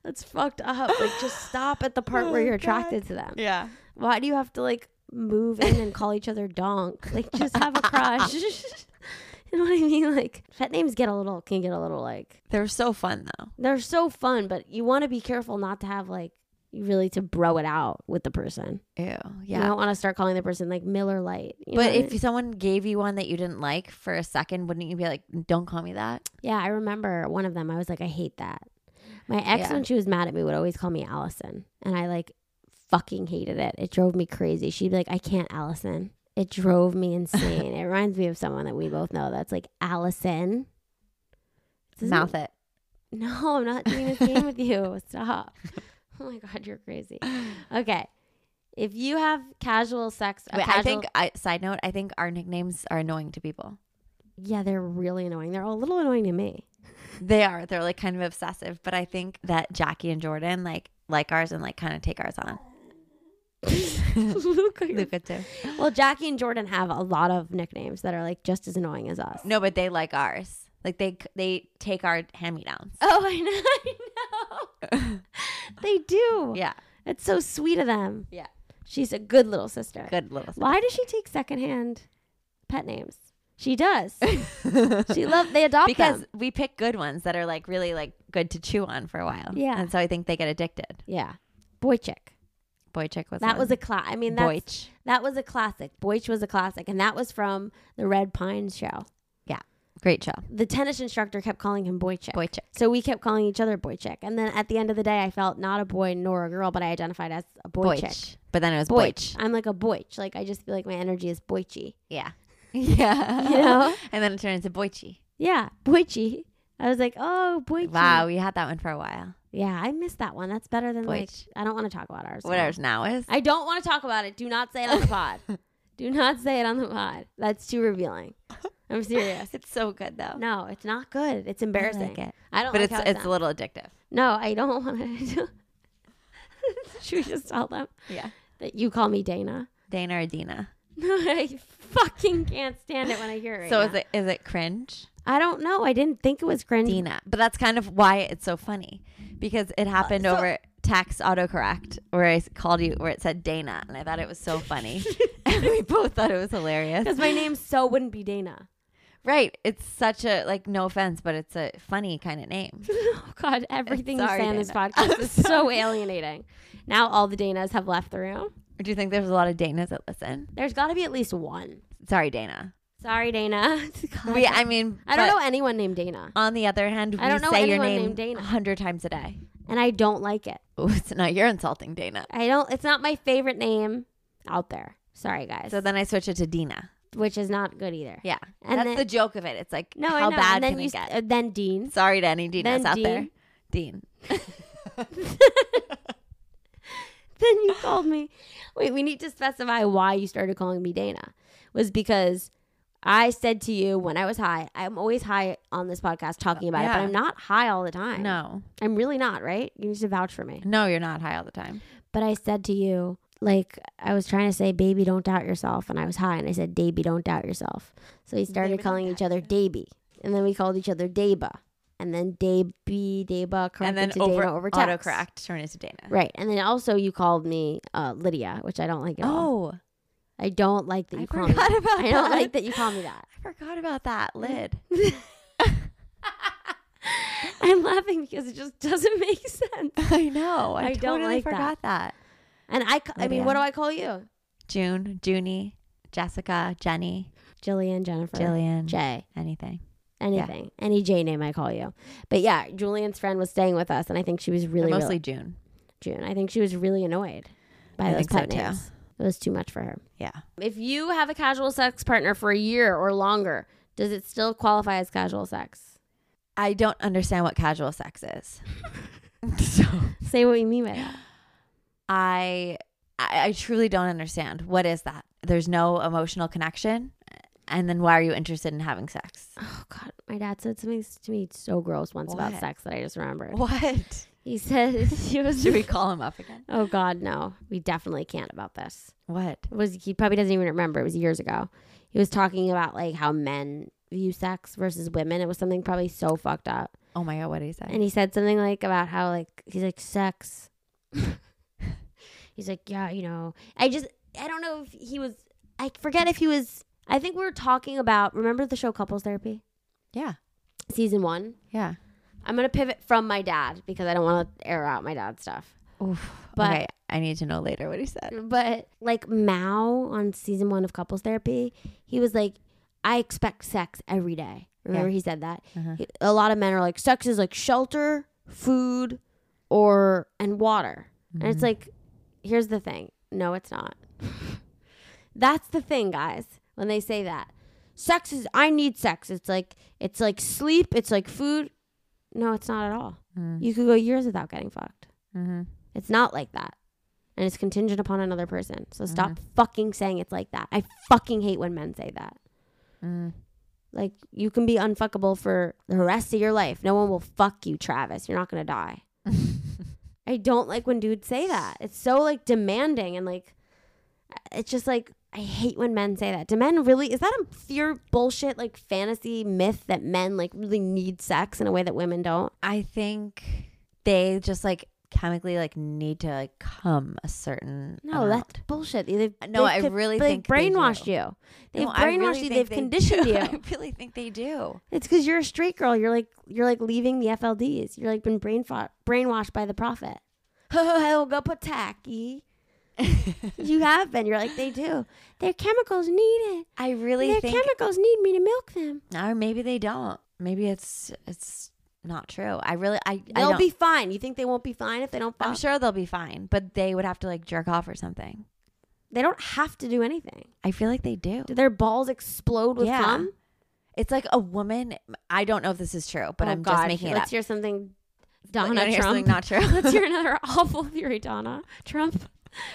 Speaker 1: that's fucked up. Like, just stop at the part where
Speaker 2: Oh,
Speaker 1: you're
Speaker 2: God.
Speaker 1: attracted to them.
Speaker 2: Yeah.
Speaker 1: Why do you have to like move in and call each other donk. Like just have a crush. you know what I mean? Like pet names get a little can get a little like
Speaker 2: They're so fun though.
Speaker 1: they're so fun, but you want to be careful not to have like you really to bro it out with the person.
Speaker 2: Ew. Yeah.
Speaker 1: You don't want to start calling the person like Miller Light. you know
Speaker 2: but
Speaker 1: what I
Speaker 2: if
Speaker 1: mean?
Speaker 2: someone gave you one that you didn't like for a second, wouldn't you be like, "Don't call me that"?
Speaker 1: yeah, I remember one of them. I was like, I hate that. My ex,
Speaker 2: Yeah.
Speaker 1: when she was mad at me, would always call me Allison, and I like fucking hated it. It drove me crazy. She'd be like, I can't, Allison. It drove me insane. it reminds me of someone that we both know. That's like Allison. This isn't-
Speaker 2: Mouth it.
Speaker 1: No, I'm not doing this game with you. Stop. Oh my god, you're crazy. Okay. If you have casual sex, a
Speaker 2: Wait, I
Speaker 1: casual-
Speaker 2: think. I, side note: I think our nicknames are annoying to people.
Speaker 1: yeah, they're really annoying. They're a little annoying to me.
Speaker 2: They are. They're like kind of obsessive, but I think that Jackie and Jordan like like ours and like kind of take ours on.
Speaker 1: Luca, you're-
Speaker 2: Luca too.
Speaker 1: well, Jackie and Jordan have a lot of nicknames that are like just as annoying as us.
Speaker 2: No, but they like ours. Like they they take our hand me downs.
Speaker 1: Oh, I know. I know. they do.
Speaker 2: Yeah,
Speaker 1: It's so sweet of them.
Speaker 2: Yeah.
Speaker 1: She's a good little sister.
Speaker 2: good little.
Speaker 1: Why does she take secondhand pet names? She does.
Speaker 2: stuff.
Speaker 1: she love they adopt
Speaker 2: because
Speaker 1: them.
Speaker 2: we pick good ones that are like really like good to chew on for a while.
Speaker 1: Yeah.
Speaker 2: and so I think they get addicted.
Speaker 1: Yeah. Boychik.
Speaker 2: Boychik was
Speaker 1: That was
Speaker 2: one.
Speaker 1: a class. I mean, that's,
Speaker 2: Boych.
Speaker 1: that was a classic. Boych was a classic, and that was from the Red Pines show.
Speaker 2: Great show.
Speaker 1: The tennis instructor kept calling him Boychik.
Speaker 2: Boychik.
Speaker 1: so we kept calling each other Boychik. And then at the end of the day, I felt not a boy nor a girl, but I identified as a Boychik.
Speaker 2: Boych. But then it was
Speaker 1: Boych.
Speaker 2: Boych.
Speaker 1: I'm like a Boych. Like I just feel like my energy is Boychy.
Speaker 2: Yeah. Yeah.
Speaker 1: You know?
Speaker 2: And then it turned into Boichy.
Speaker 1: Yeah, Boychy. I was like, oh, Boychy.
Speaker 2: Wow, we had that one for a while.
Speaker 1: Yeah, I missed that one. That's better than like.
Speaker 2: Boych.
Speaker 1: I don't want to talk about ours.
Speaker 2: What ours now is.
Speaker 1: I don't want to talk about it. Do not say it on the pod. Do not say it on the pod. That's too revealing. I'm serious.
Speaker 2: It's so good though.
Speaker 1: No, it's not good. It's embarrassing. I,
Speaker 2: like it.
Speaker 1: don't.
Speaker 2: But
Speaker 1: like
Speaker 2: it's
Speaker 1: how
Speaker 2: it's a
Speaker 1: done.
Speaker 2: little addictive.
Speaker 1: no. I don't want to. Should we just tell them
Speaker 2: Yeah.
Speaker 1: that you call me Dana?
Speaker 2: Dana or Dina.
Speaker 1: No, I fucking can't stand it when I hear it. Right
Speaker 2: so
Speaker 1: now.
Speaker 2: is it is it cringe?
Speaker 1: I don't know. I didn't think it was cringe.
Speaker 2: Dina. But that's kind of why it's so funny. Because it happened
Speaker 1: Uh, so-
Speaker 2: over text autocorrect where I s- called you where it said Dana and I thought it was so funny. and we both thought it was hilarious.
Speaker 1: because my name so wouldn't be Dana.
Speaker 2: Right. It's such a like no offense, but it's a funny kind of name.
Speaker 1: Oh God, everything you
Speaker 2: Sorry,
Speaker 1: say on this
Speaker 2: Dana.
Speaker 1: podcast is so alienating. Now all the Danas have left the room.
Speaker 2: Do you think there's a lot of Danas that listen?
Speaker 1: There's got to be at least one.
Speaker 2: Sorry, Dana.
Speaker 1: Sorry, Dana. God,
Speaker 2: We, I mean,
Speaker 1: I don't know anyone named Dana,
Speaker 2: On the other hand, we
Speaker 1: I don't know
Speaker 2: say your
Speaker 1: anyone
Speaker 2: name
Speaker 1: named Dana.
Speaker 2: a hundred times a day.
Speaker 1: and I don't like it.
Speaker 2: Oh, so now you're insulting Dana.
Speaker 1: I don't. It's not my favorite name out there. Sorry, guys.
Speaker 2: So then I switch it to Dina.
Speaker 1: which is not good either.
Speaker 2: Yeah,
Speaker 1: And
Speaker 2: that's
Speaker 1: then-
Speaker 2: the joke of it. It's like
Speaker 1: No, I
Speaker 2: how
Speaker 1: know.
Speaker 2: bad
Speaker 1: and then
Speaker 2: can
Speaker 1: you
Speaker 2: it
Speaker 1: s-
Speaker 2: get?
Speaker 1: uh, then Dean.
Speaker 2: Sorry to any Dinas
Speaker 1: then
Speaker 2: out
Speaker 1: Dean.
Speaker 2: there. Dean,
Speaker 1: Then you called me. Wait, we need to specify why you started calling me Dana. Was because I said to you when I was high. I'm always high on this podcast talking about it, but
Speaker 2: Uh, Yeah.
Speaker 1: I'm not high all the time.
Speaker 2: no,
Speaker 1: I'm really not. Right? You need to vouch for me.
Speaker 2: no, you're not high all the time.
Speaker 1: But I said to you, like, I was trying to say, baby, don't doubt yourself. And I was high and I said, Davey, don't doubt yourself. So we started
Speaker 2: Baby, don't
Speaker 1: calling each other Davey. And then we called each other Daba. And then Davey, Daba,
Speaker 2: And
Speaker 1: corrected
Speaker 2: then
Speaker 1: to
Speaker 2: over,
Speaker 1: Dana over text.
Speaker 2: autocorrect turned into Dana.
Speaker 1: Right. And then also you called me uh, Lydia, which I don't like at all.
Speaker 2: Oh,
Speaker 1: I don't like that you
Speaker 2: I
Speaker 1: call
Speaker 2: forgot
Speaker 1: me
Speaker 2: about
Speaker 1: that. I
Speaker 2: that.
Speaker 1: don't like that you call me that.
Speaker 2: I forgot about that lid.
Speaker 1: I'm laughing because it just doesn't make sense.
Speaker 2: I know. I,
Speaker 1: I don't
Speaker 2: totally
Speaker 1: like that.
Speaker 2: forgot that.
Speaker 1: And I, ca- I mean, what do
Speaker 2: Lydia.
Speaker 1: I call you?
Speaker 2: June, Junie, Jessica, Jenny,
Speaker 1: Jillian, Jennifer,
Speaker 2: Jillian,
Speaker 1: Jay.
Speaker 2: anything.
Speaker 1: anything, any J name I call you. But yeah, Julian's friend was staying with us, and I think she was really,
Speaker 2: mostly
Speaker 1: really
Speaker 2: June.
Speaker 1: June. I think she was really annoyed by
Speaker 2: I
Speaker 1: those
Speaker 2: think so,
Speaker 1: pet
Speaker 2: too.
Speaker 1: names. It was too much for her.
Speaker 2: Yeah.
Speaker 1: If you have a casual sex partner for a year or longer, does it still qualify as casual sex?
Speaker 2: I don't understand what casual sex is. so
Speaker 1: Say what you mean by that.
Speaker 2: I, I I truly don't understand. What is that? There's no emotional connection. And then why are you interested in having sex?
Speaker 1: Oh God, my dad said something to me so gross once about
Speaker 2: What?
Speaker 1: sex that I just remembered.
Speaker 2: What?
Speaker 1: He said he was.
Speaker 2: Should we call him up again?
Speaker 1: Oh God, no! We definitely can't about this.
Speaker 2: What?
Speaker 1: It was he probably doesn't even remember. It was years ago. He was talking about like how men view sex versus women. It was something probably so fucked up.
Speaker 2: Oh my god, what did he say?
Speaker 1: And he said something like about how like he's like sex. he's like, yeah, you know, I just I don't know if he was. I forget if he was. I think we were talking about. Remember the show Couples Therapy,
Speaker 2: Yeah.
Speaker 1: season one.
Speaker 2: Yeah.
Speaker 1: I'm gonna pivot from my dad because I don't want to air out my dad's stuff.
Speaker 2: Oof.
Speaker 1: But-
Speaker 2: okay, I need to know later what he said.
Speaker 1: But like Mao on season one of Couples Therapy, he was like, "I expect sex every day." Remember he said that.
Speaker 2: Uh-huh.
Speaker 1: He- a lot of men are like, "Sex is like shelter, food, or and water,"
Speaker 2: Mm-hmm,
Speaker 1: and it's like, here's the thing: no, it's not. That's the thing, guys. When they say that, sex is I need sex. It's like it's like sleep. It's like food. No, it's not at all. You could go years without getting fucked.
Speaker 2: Mm-hmm.
Speaker 1: It's not like that. And it's contingent upon another person. So stop fucking saying it's like that. I fucking hate when men say that.
Speaker 2: Mm.
Speaker 1: Like, you can be unfuckable for the rest of your life. No one will fuck you, Travis. You're not going to die. I don't like when dudes say that. It's so, like, demanding and, like, uh, it's just like, I hate when men say that. Do men really, is that a fear bullshit, like, fantasy myth that men, like, really need sex in a way that women don't?
Speaker 2: I think they just like chemically like need to like come a certain
Speaker 1: No,
Speaker 2: amount.
Speaker 1: that's bullshit. They've, they've
Speaker 2: No, I
Speaker 1: co-
Speaker 2: really
Speaker 1: they've
Speaker 2: think they do.
Speaker 1: brainwashed you. They've
Speaker 2: No, I
Speaker 1: brainwashed
Speaker 2: really
Speaker 1: you.
Speaker 2: think
Speaker 1: They've
Speaker 2: they
Speaker 1: conditioned
Speaker 2: do.
Speaker 1: you.
Speaker 2: I really think they do.
Speaker 1: It's because you're a straight girl. You're like you're like leaving the FLDs. You're like been brain fo- brainwashed by the prophet. Oh, Helga Pataki. E. you have been. You're like they do. Their chemicals need it.
Speaker 2: I really
Speaker 1: Their
Speaker 2: think,
Speaker 1: chemicals need me to milk them.
Speaker 2: or maybe they don't. Maybe it's it's not true. I really, I, I
Speaker 1: They'll
Speaker 2: don't-
Speaker 1: be fine. You think they won't be fine if they don't?
Speaker 2: I'm
Speaker 1: Fuck?
Speaker 2: sure they'll be fine, but they would have to like jerk off or something.
Speaker 1: They don't have to do anything.
Speaker 2: I feel like they do.
Speaker 1: Do their balls explode with
Speaker 2: Yeah.
Speaker 1: cum?
Speaker 2: It's like a woman. I don't know if this is true, but
Speaker 1: Oh,
Speaker 2: I'm
Speaker 1: God.
Speaker 2: just making it
Speaker 1: Let's
Speaker 2: up.
Speaker 1: hear something.
Speaker 2: Like,
Speaker 1: Donna
Speaker 2: I hear
Speaker 1: Trump.
Speaker 2: something not true.
Speaker 1: Let's hear another awful fury, Donna Trump.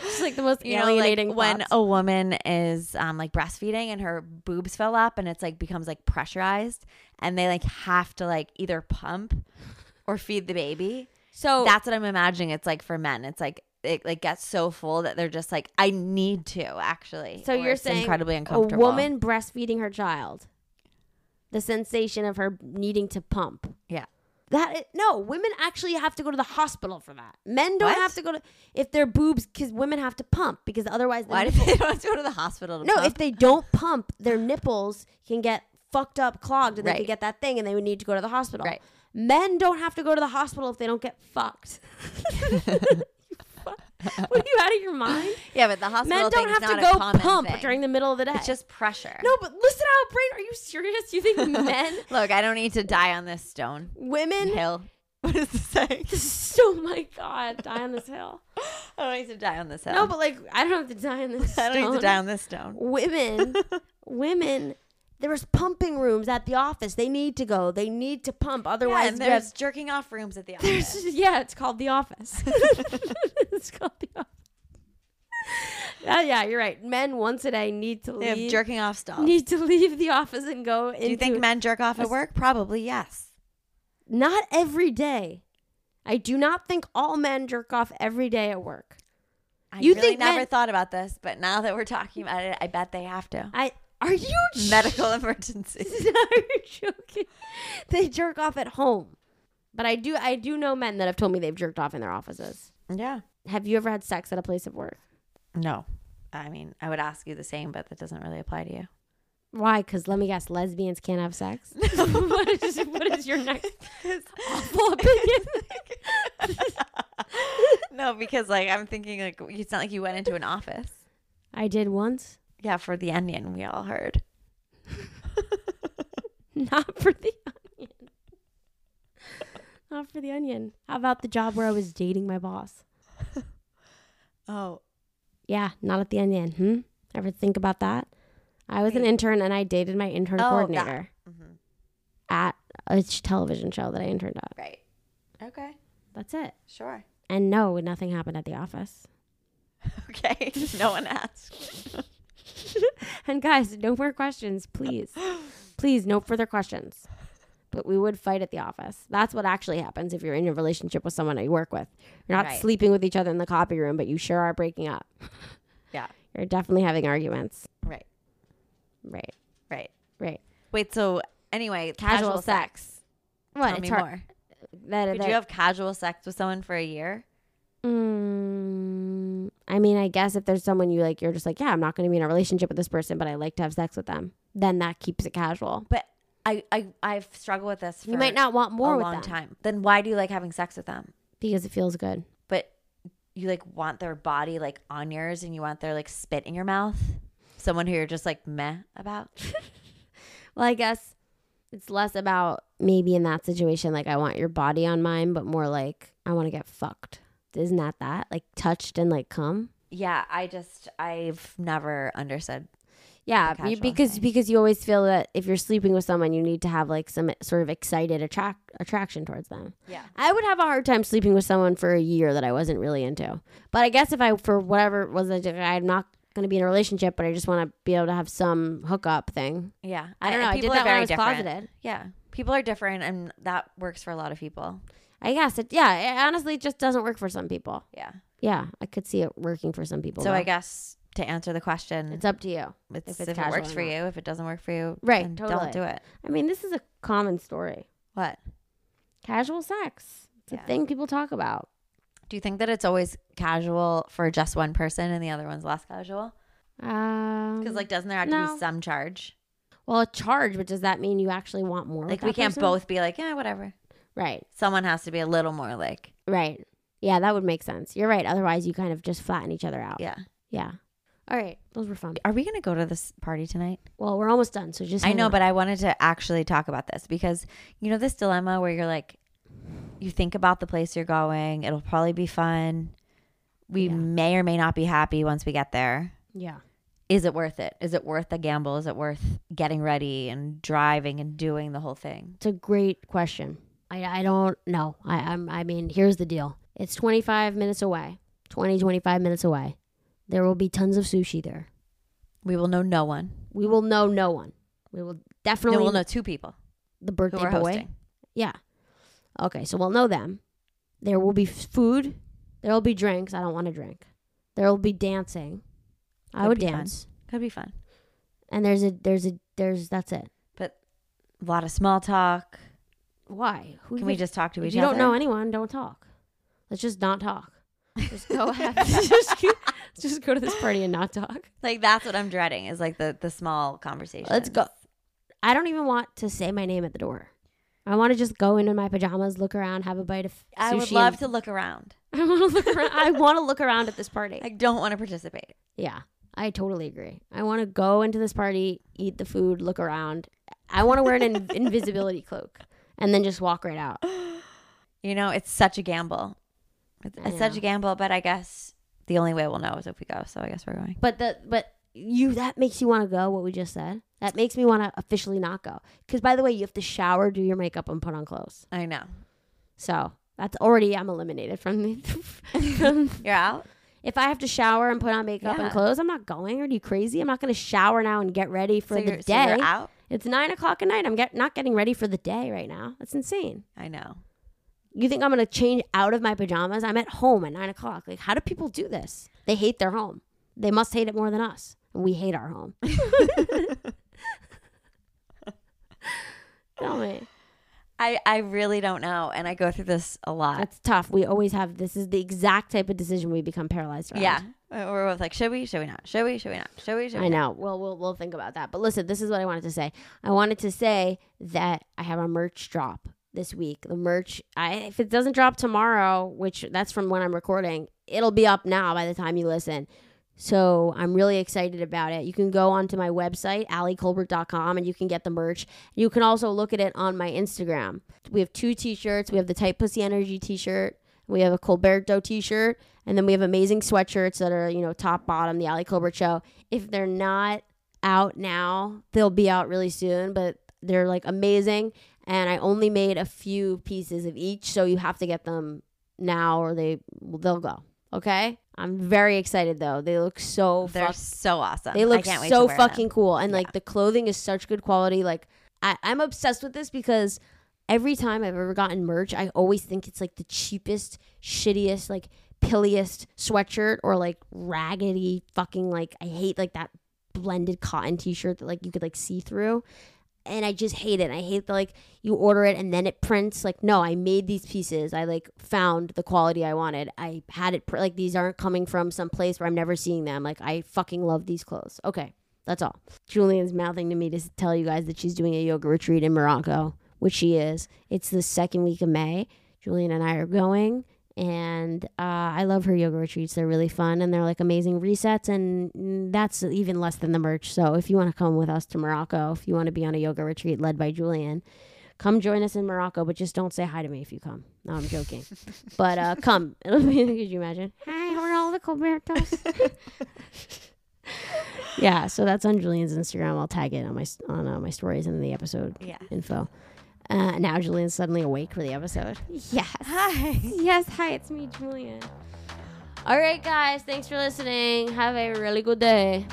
Speaker 1: She's like the most
Speaker 2: you know, like
Speaker 1: alienating.
Speaker 2: when
Speaker 1: thoughts.
Speaker 2: a woman is um, like breastfeeding and her boobs fill up and it's like becomes like pressurized and they like have to like either pump or feed the baby.
Speaker 1: so
Speaker 2: That's what I'm imagining. It's like for men. It's like it like gets so full that they're just like, I need to actually.
Speaker 1: So
Speaker 2: Or
Speaker 1: you're
Speaker 2: it's
Speaker 1: saying
Speaker 2: incredibly
Speaker 1: a
Speaker 2: uncomfortable.
Speaker 1: woman breastfeeding her child, the sensation of her needing to pump.
Speaker 2: Yeah.
Speaker 1: That i- no, women actually have to go to the hospital for that. Men don't
Speaker 2: What?
Speaker 1: have to go to if their boobs because women have to pump because otherwise the
Speaker 2: Why do
Speaker 1: nipple-
Speaker 2: they have to go to the hospital? To
Speaker 1: no,
Speaker 2: pump?
Speaker 1: if they don't pump, their nipples can get fucked up, clogged, and they
Speaker 2: Right.
Speaker 1: could get that thing, and they would need to go to the hospital.
Speaker 2: Right.
Speaker 1: Men don't have to go to the hospital if they don't get fucked. You fuck- What are you out of your mind?
Speaker 2: yeah, but the hospital
Speaker 1: Men don't
Speaker 2: thing's
Speaker 1: have to
Speaker 2: not a
Speaker 1: go
Speaker 2: common
Speaker 1: pump
Speaker 2: thing.
Speaker 1: during the middle of the day.
Speaker 2: It's just pressure.
Speaker 1: No, but listen out, brain. Are you serious? You think men,
Speaker 2: Look, I don't need to die on this stone
Speaker 1: women?
Speaker 2: hill. What is the saying?
Speaker 1: This is, oh my god, die on this hill.
Speaker 2: I don't need to die on this hill.
Speaker 1: No, but like I don't have to die on this.
Speaker 2: I don't need to
Speaker 1: stone.
Speaker 2: die on this stone.
Speaker 1: Women, women. There's pumping rooms at the office. They need to go. They need to pump.
Speaker 2: Yeah,
Speaker 1: Otherwise,
Speaker 2: and
Speaker 1: you
Speaker 2: there's
Speaker 1: have-
Speaker 2: jerking off rooms at the
Speaker 1: there's-
Speaker 2: office.
Speaker 1: yeah, it's called the office. it's called the office. Yeah, yeah, you're right. Men once a day need to
Speaker 2: They have
Speaker 1: leave.
Speaker 2: jerking off stalls.
Speaker 1: Need to leave the office and go.
Speaker 2: Do you think men jerk off at work? Probably yes.
Speaker 1: Not every day. I do not think all men jerk off every day at work.
Speaker 2: I
Speaker 1: You
Speaker 2: really
Speaker 1: think
Speaker 2: never
Speaker 1: men-
Speaker 2: thought about this, but now that we're talking about it, I bet they have to.
Speaker 1: I are you
Speaker 2: Medical emergency.
Speaker 1: are you joking? They jerk off at home. But I do I do know men that have told me they've jerked off in their offices.
Speaker 2: Yeah.
Speaker 1: Have you ever had sex at a place of work?
Speaker 2: No. I mean, I would ask you the same, but that doesn't really apply to you.
Speaker 1: Why? Because let me guess, lesbians can't have sex. what, is, what is your next awful opinion?
Speaker 2: no, because like I'm thinking like it's not like you went into an office.
Speaker 1: I did once,
Speaker 2: Yeah, for the onion we all heard.
Speaker 1: not for the onion. Not for the onion. How about the job where I was dating my boss?
Speaker 2: Oh.
Speaker 1: Yeah, not at the onion. Hmm. Ever think about that? I was an
Speaker 2: Wait.
Speaker 1: intern and I dated my intern
Speaker 2: Oh, got it.
Speaker 1: coordinator
Speaker 2: mm-hmm.
Speaker 1: at a sh- television show that I interned at.
Speaker 2: Right. Okay.
Speaker 1: That's it.
Speaker 2: Sure.
Speaker 1: And no, nothing happened at the office.
Speaker 2: Okay. no one asked.
Speaker 1: And guys, no more questions, please. please, no further questions. But we would fight at the office. That's what actually happens if you're in a relationship with someone you work with. You're not
Speaker 2: Right.
Speaker 1: sleeping with each other in the copy room, but you sure are breaking up.
Speaker 2: Yeah.
Speaker 1: You're definitely having arguments.
Speaker 2: Right.
Speaker 1: Right.
Speaker 2: Right.
Speaker 1: Right.
Speaker 2: Wait. So anyway,
Speaker 1: Casual What?
Speaker 2: Tell
Speaker 1: it's
Speaker 2: me
Speaker 1: hard.
Speaker 2: more.
Speaker 1: That,
Speaker 2: Could
Speaker 1: that-
Speaker 2: you have casual sex with someone for a year?
Speaker 1: Mm, I mean, I guess if there's someone you like, you're just like, yeah, I'm not going to be in a relationship with this person, but I like to have sex with them. Then that keeps it casual.
Speaker 2: But I, I I've struggled with this. For
Speaker 1: you might not want more
Speaker 2: a
Speaker 1: with
Speaker 2: long
Speaker 1: them
Speaker 2: time. Then why do you like having sex with them?
Speaker 1: because it feels good.
Speaker 2: But you like want their body like on yours, and you want their like spit in your mouth. Someone who you're just like meh about.
Speaker 1: Well, I guess it's less about maybe in that situation, like I want your body on mine, but more like I want to get fucked. Isn't that that? Like touched and like come?
Speaker 2: Yeah, I just I've never understood.
Speaker 1: Yeah,
Speaker 2: The
Speaker 1: you-
Speaker 2: casual
Speaker 1: because
Speaker 2: thing.
Speaker 1: because you always feel that if you're sleeping with someone, you need to have like some sort of excited attract attraction towards them.
Speaker 2: Yeah.
Speaker 1: I would have a hard time sleeping with someone for a year that I wasn't really into. But I guess if I, for whatever it was, I did- I'm not going to be in a relationship, but I just want to be able to have some hookup thing.
Speaker 2: Yeah.
Speaker 1: I don't know. I, did
Speaker 2: people are
Speaker 1: that when I
Speaker 2: very
Speaker 1: was
Speaker 2: different.
Speaker 1: closeted.
Speaker 2: Yeah. People are different and that works for a lot of people.
Speaker 1: I guess it, yeah, it honestly just doesn't work for some people.
Speaker 2: Yeah.
Speaker 1: Yeah, I could see it working for some people.
Speaker 2: So
Speaker 1: guess
Speaker 2: I guess to answer the question,
Speaker 1: it's up to you.
Speaker 2: it's,
Speaker 1: if it's
Speaker 2: if, it
Speaker 1: casual
Speaker 2: works
Speaker 1: or
Speaker 2: for
Speaker 1: not.
Speaker 2: you, if it doesn't work for you,
Speaker 1: Right,
Speaker 2: then
Speaker 1: totally.
Speaker 2: don't do it.
Speaker 1: I mean, this is a common story.
Speaker 2: What?
Speaker 1: Casual sex. It's a
Speaker 2: Yeah.
Speaker 1: thing people talk about.
Speaker 2: Do you think that it's always casual for just one person and the other one's less casual?
Speaker 1: Um,
Speaker 2: Because like, doesn't there have to
Speaker 1: no.
Speaker 2: be some charge?
Speaker 1: well, a charge, but does that mean you actually want more? with
Speaker 2: Like, we
Speaker 1: that
Speaker 2: can't
Speaker 1: person?
Speaker 2: both be like, yeah, whatever.
Speaker 1: Right,
Speaker 2: Someone has to be a little more like,
Speaker 1: right. Yeah, that would make sense. You're right. Otherwise, you kind of just flatten each other out.
Speaker 2: yeah.
Speaker 1: Yeah. All right, those were fun.
Speaker 2: Are we gonna go to this party tonight?
Speaker 1: Well, we're almost done, so just
Speaker 2: I
Speaker 1: hang
Speaker 2: know,
Speaker 1: on.
Speaker 2: but I wanted to actually talk about this because you know this dilemma where you're like, you think about the place you're going. It'll probably be fun. We
Speaker 1: Yeah.
Speaker 2: may or may not be happy once we get there.
Speaker 1: yeah,
Speaker 2: Is it worth it? Is it worth the gamble? Is it worth getting ready and driving and doing the whole thing?
Speaker 1: it's a great question. I I don't know. I I'm, I mean, here's the deal. It's 25 minutes away. 20 25 minutes away. There will be tons of sushi there.
Speaker 2: We will know no one.
Speaker 1: We will know no one. We will
Speaker 2: No,
Speaker 1: definitely
Speaker 2: we'll know two people
Speaker 1: the
Speaker 2: who
Speaker 1: birthday
Speaker 2: are
Speaker 1: boy.
Speaker 2: hosting.
Speaker 1: Yeah. Okay, so we'll know them. There will be f- food. There will be drinks. I don't want to drink. There will be dancing. I
Speaker 2: That'd
Speaker 1: would
Speaker 2: be fun.
Speaker 1: dance.
Speaker 2: Could be fun.
Speaker 1: And there's a there's a there's that's it.
Speaker 2: A lot of small talk.
Speaker 1: Why? Who
Speaker 2: Can we
Speaker 1: gives-
Speaker 2: just talk to
Speaker 1: If
Speaker 2: each
Speaker 1: you don't
Speaker 2: other?
Speaker 1: know anyone, don't talk. Let's just not talk. Just go have just go- just go to this party and not talk.
Speaker 2: Like that's what I'm dreading is like the the small conversation.
Speaker 1: Let's go. I don't even want to say my name at the door. I want to just go into my pajamas, look around, have a bite of sushi.
Speaker 2: I would love
Speaker 1: and-
Speaker 2: to look around.
Speaker 1: I want to look around. I want to look around at this party.
Speaker 2: I don't want to participate.
Speaker 1: Yeah, I totally agree. I want to go into this party, eat the food, look around. I want to wear an in- invisibility cloak and then just walk right out.
Speaker 2: You know, it's such a gamble. It's,
Speaker 1: I
Speaker 2: it's such
Speaker 1: know.
Speaker 2: a gamble, but I guess the only way we'll know is if we go. So I guess we're going.
Speaker 1: But the but you that makes you want to go. What we just said that makes me want to officially not go. Because by the way, you have to shower, do your makeup, and put on clothes.
Speaker 2: I know.
Speaker 1: So that's already I'm eliminated from the. from-
Speaker 2: You're out?
Speaker 1: if I have to shower and put on makeup and
Speaker 2: Yeah.
Speaker 1: clothes, I'm not going. Are you crazy? I'm not going to shower now and get ready for
Speaker 2: so
Speaker 1: the
Speaker 2: you're,
Speaker 1: day.
Speaker 2: so you're out?
Speaker 1: It's nine o'clock at night. I'm get, not getting ready for the day right now. That's insane.
Speaker 2: I know.
Speaker 1: You think I'm gonna change out of my pajamas? I'm at home at nine o'clock. Like, how do people do this? They hate their home. They must hate it more than us. And we hate our home. Tell me.
Speaker 2: I, I really don't know. And I go through this a lot.
Speaker 1: That's tough. We always have this is the exact type of decision we become paralyzed around.
Speaker 2: yeah. Uh, We're both like, should we? Should we not? Should we? Should we not? Should we? Should we?
Speaker 1: I know.
Speaker 2: not?
Speaker 1: Well, we'll we'll think about that. But listen, this is what I wanted to say. I wanted to say that I have a merch drop this week. The merch, I if it doesn't drop tomorrow, which that's from when I'm recording, it'll be up now by the time you listen. So I'm really excited about it. You can go onto my website, alliecolbert.com, and you can get the merch. You can also look at it on my Instagram. We have two t-shirts. We have the Tight Pussy Energy t-shirt. We have a Colberto t-shirt. And then we have amazing sweatshirts that are, you know, top, bottom, the Allie Colbert Show. If they're not out now, they'll be out really soon. But they're like amazing. And I only made a few pieces of each. So you have to get them now or they they'll go. Okay? I'm very excited though. They look so
Speaker 2: They're
Speaker 1: fucking
Speaker 2: so awesome.
Speaker 1: they look
Speaker 2: I can't wait to
Speaker 1: so
Speaker 2: wear them.
Speaker 1: fucking cool. And like the clothing is such good quality. Like I, I'm obsessed with this because every time I've ever gotten merch, I always think it's like the cheapest, shittiest, like pilliest sweatshirt or like raggedy fucking like I hate like that blended cotton t shirt that like you could like see through. and I just hate it. I hate the like you order it and then it prints. Like no, I made these pieces. I like found the quality I wanted. I had it pr- like these aren't coming from some place where I'm never seeing them. Like I fucking love these clothes. Okay, that's all. Julian's mouthing to me to s- tell you guys that she's doing a yoga retreat in Morocco, which she is. It's the second week of May. Julian and I are going. And uh, I love her yoga retreats. They're really fun and they're like amazing resets. And mm, that's even less than the merch. So if you want to come with us to Morocco, if you want to be on a yoga retreat led by Julian, come join us in Morocco. But just don't say hi to me if you come. No, I'm joking. but uh, come. It'll be, could you imagine? Hi, we're all the Colbertos. yeah, so that's on Julian's Instagram. I'll tag it on my s- on uh, my stories and in the episode
Speaker 2: Yeah.
Speaker 1: info. Uh, now Julian's suddenly awake for the episode. Yes.
Speaker 2: Hi.
Speaker 1: Yes, hi, it's me, Julian. All right, guys, thanks for listening. Have a really good day.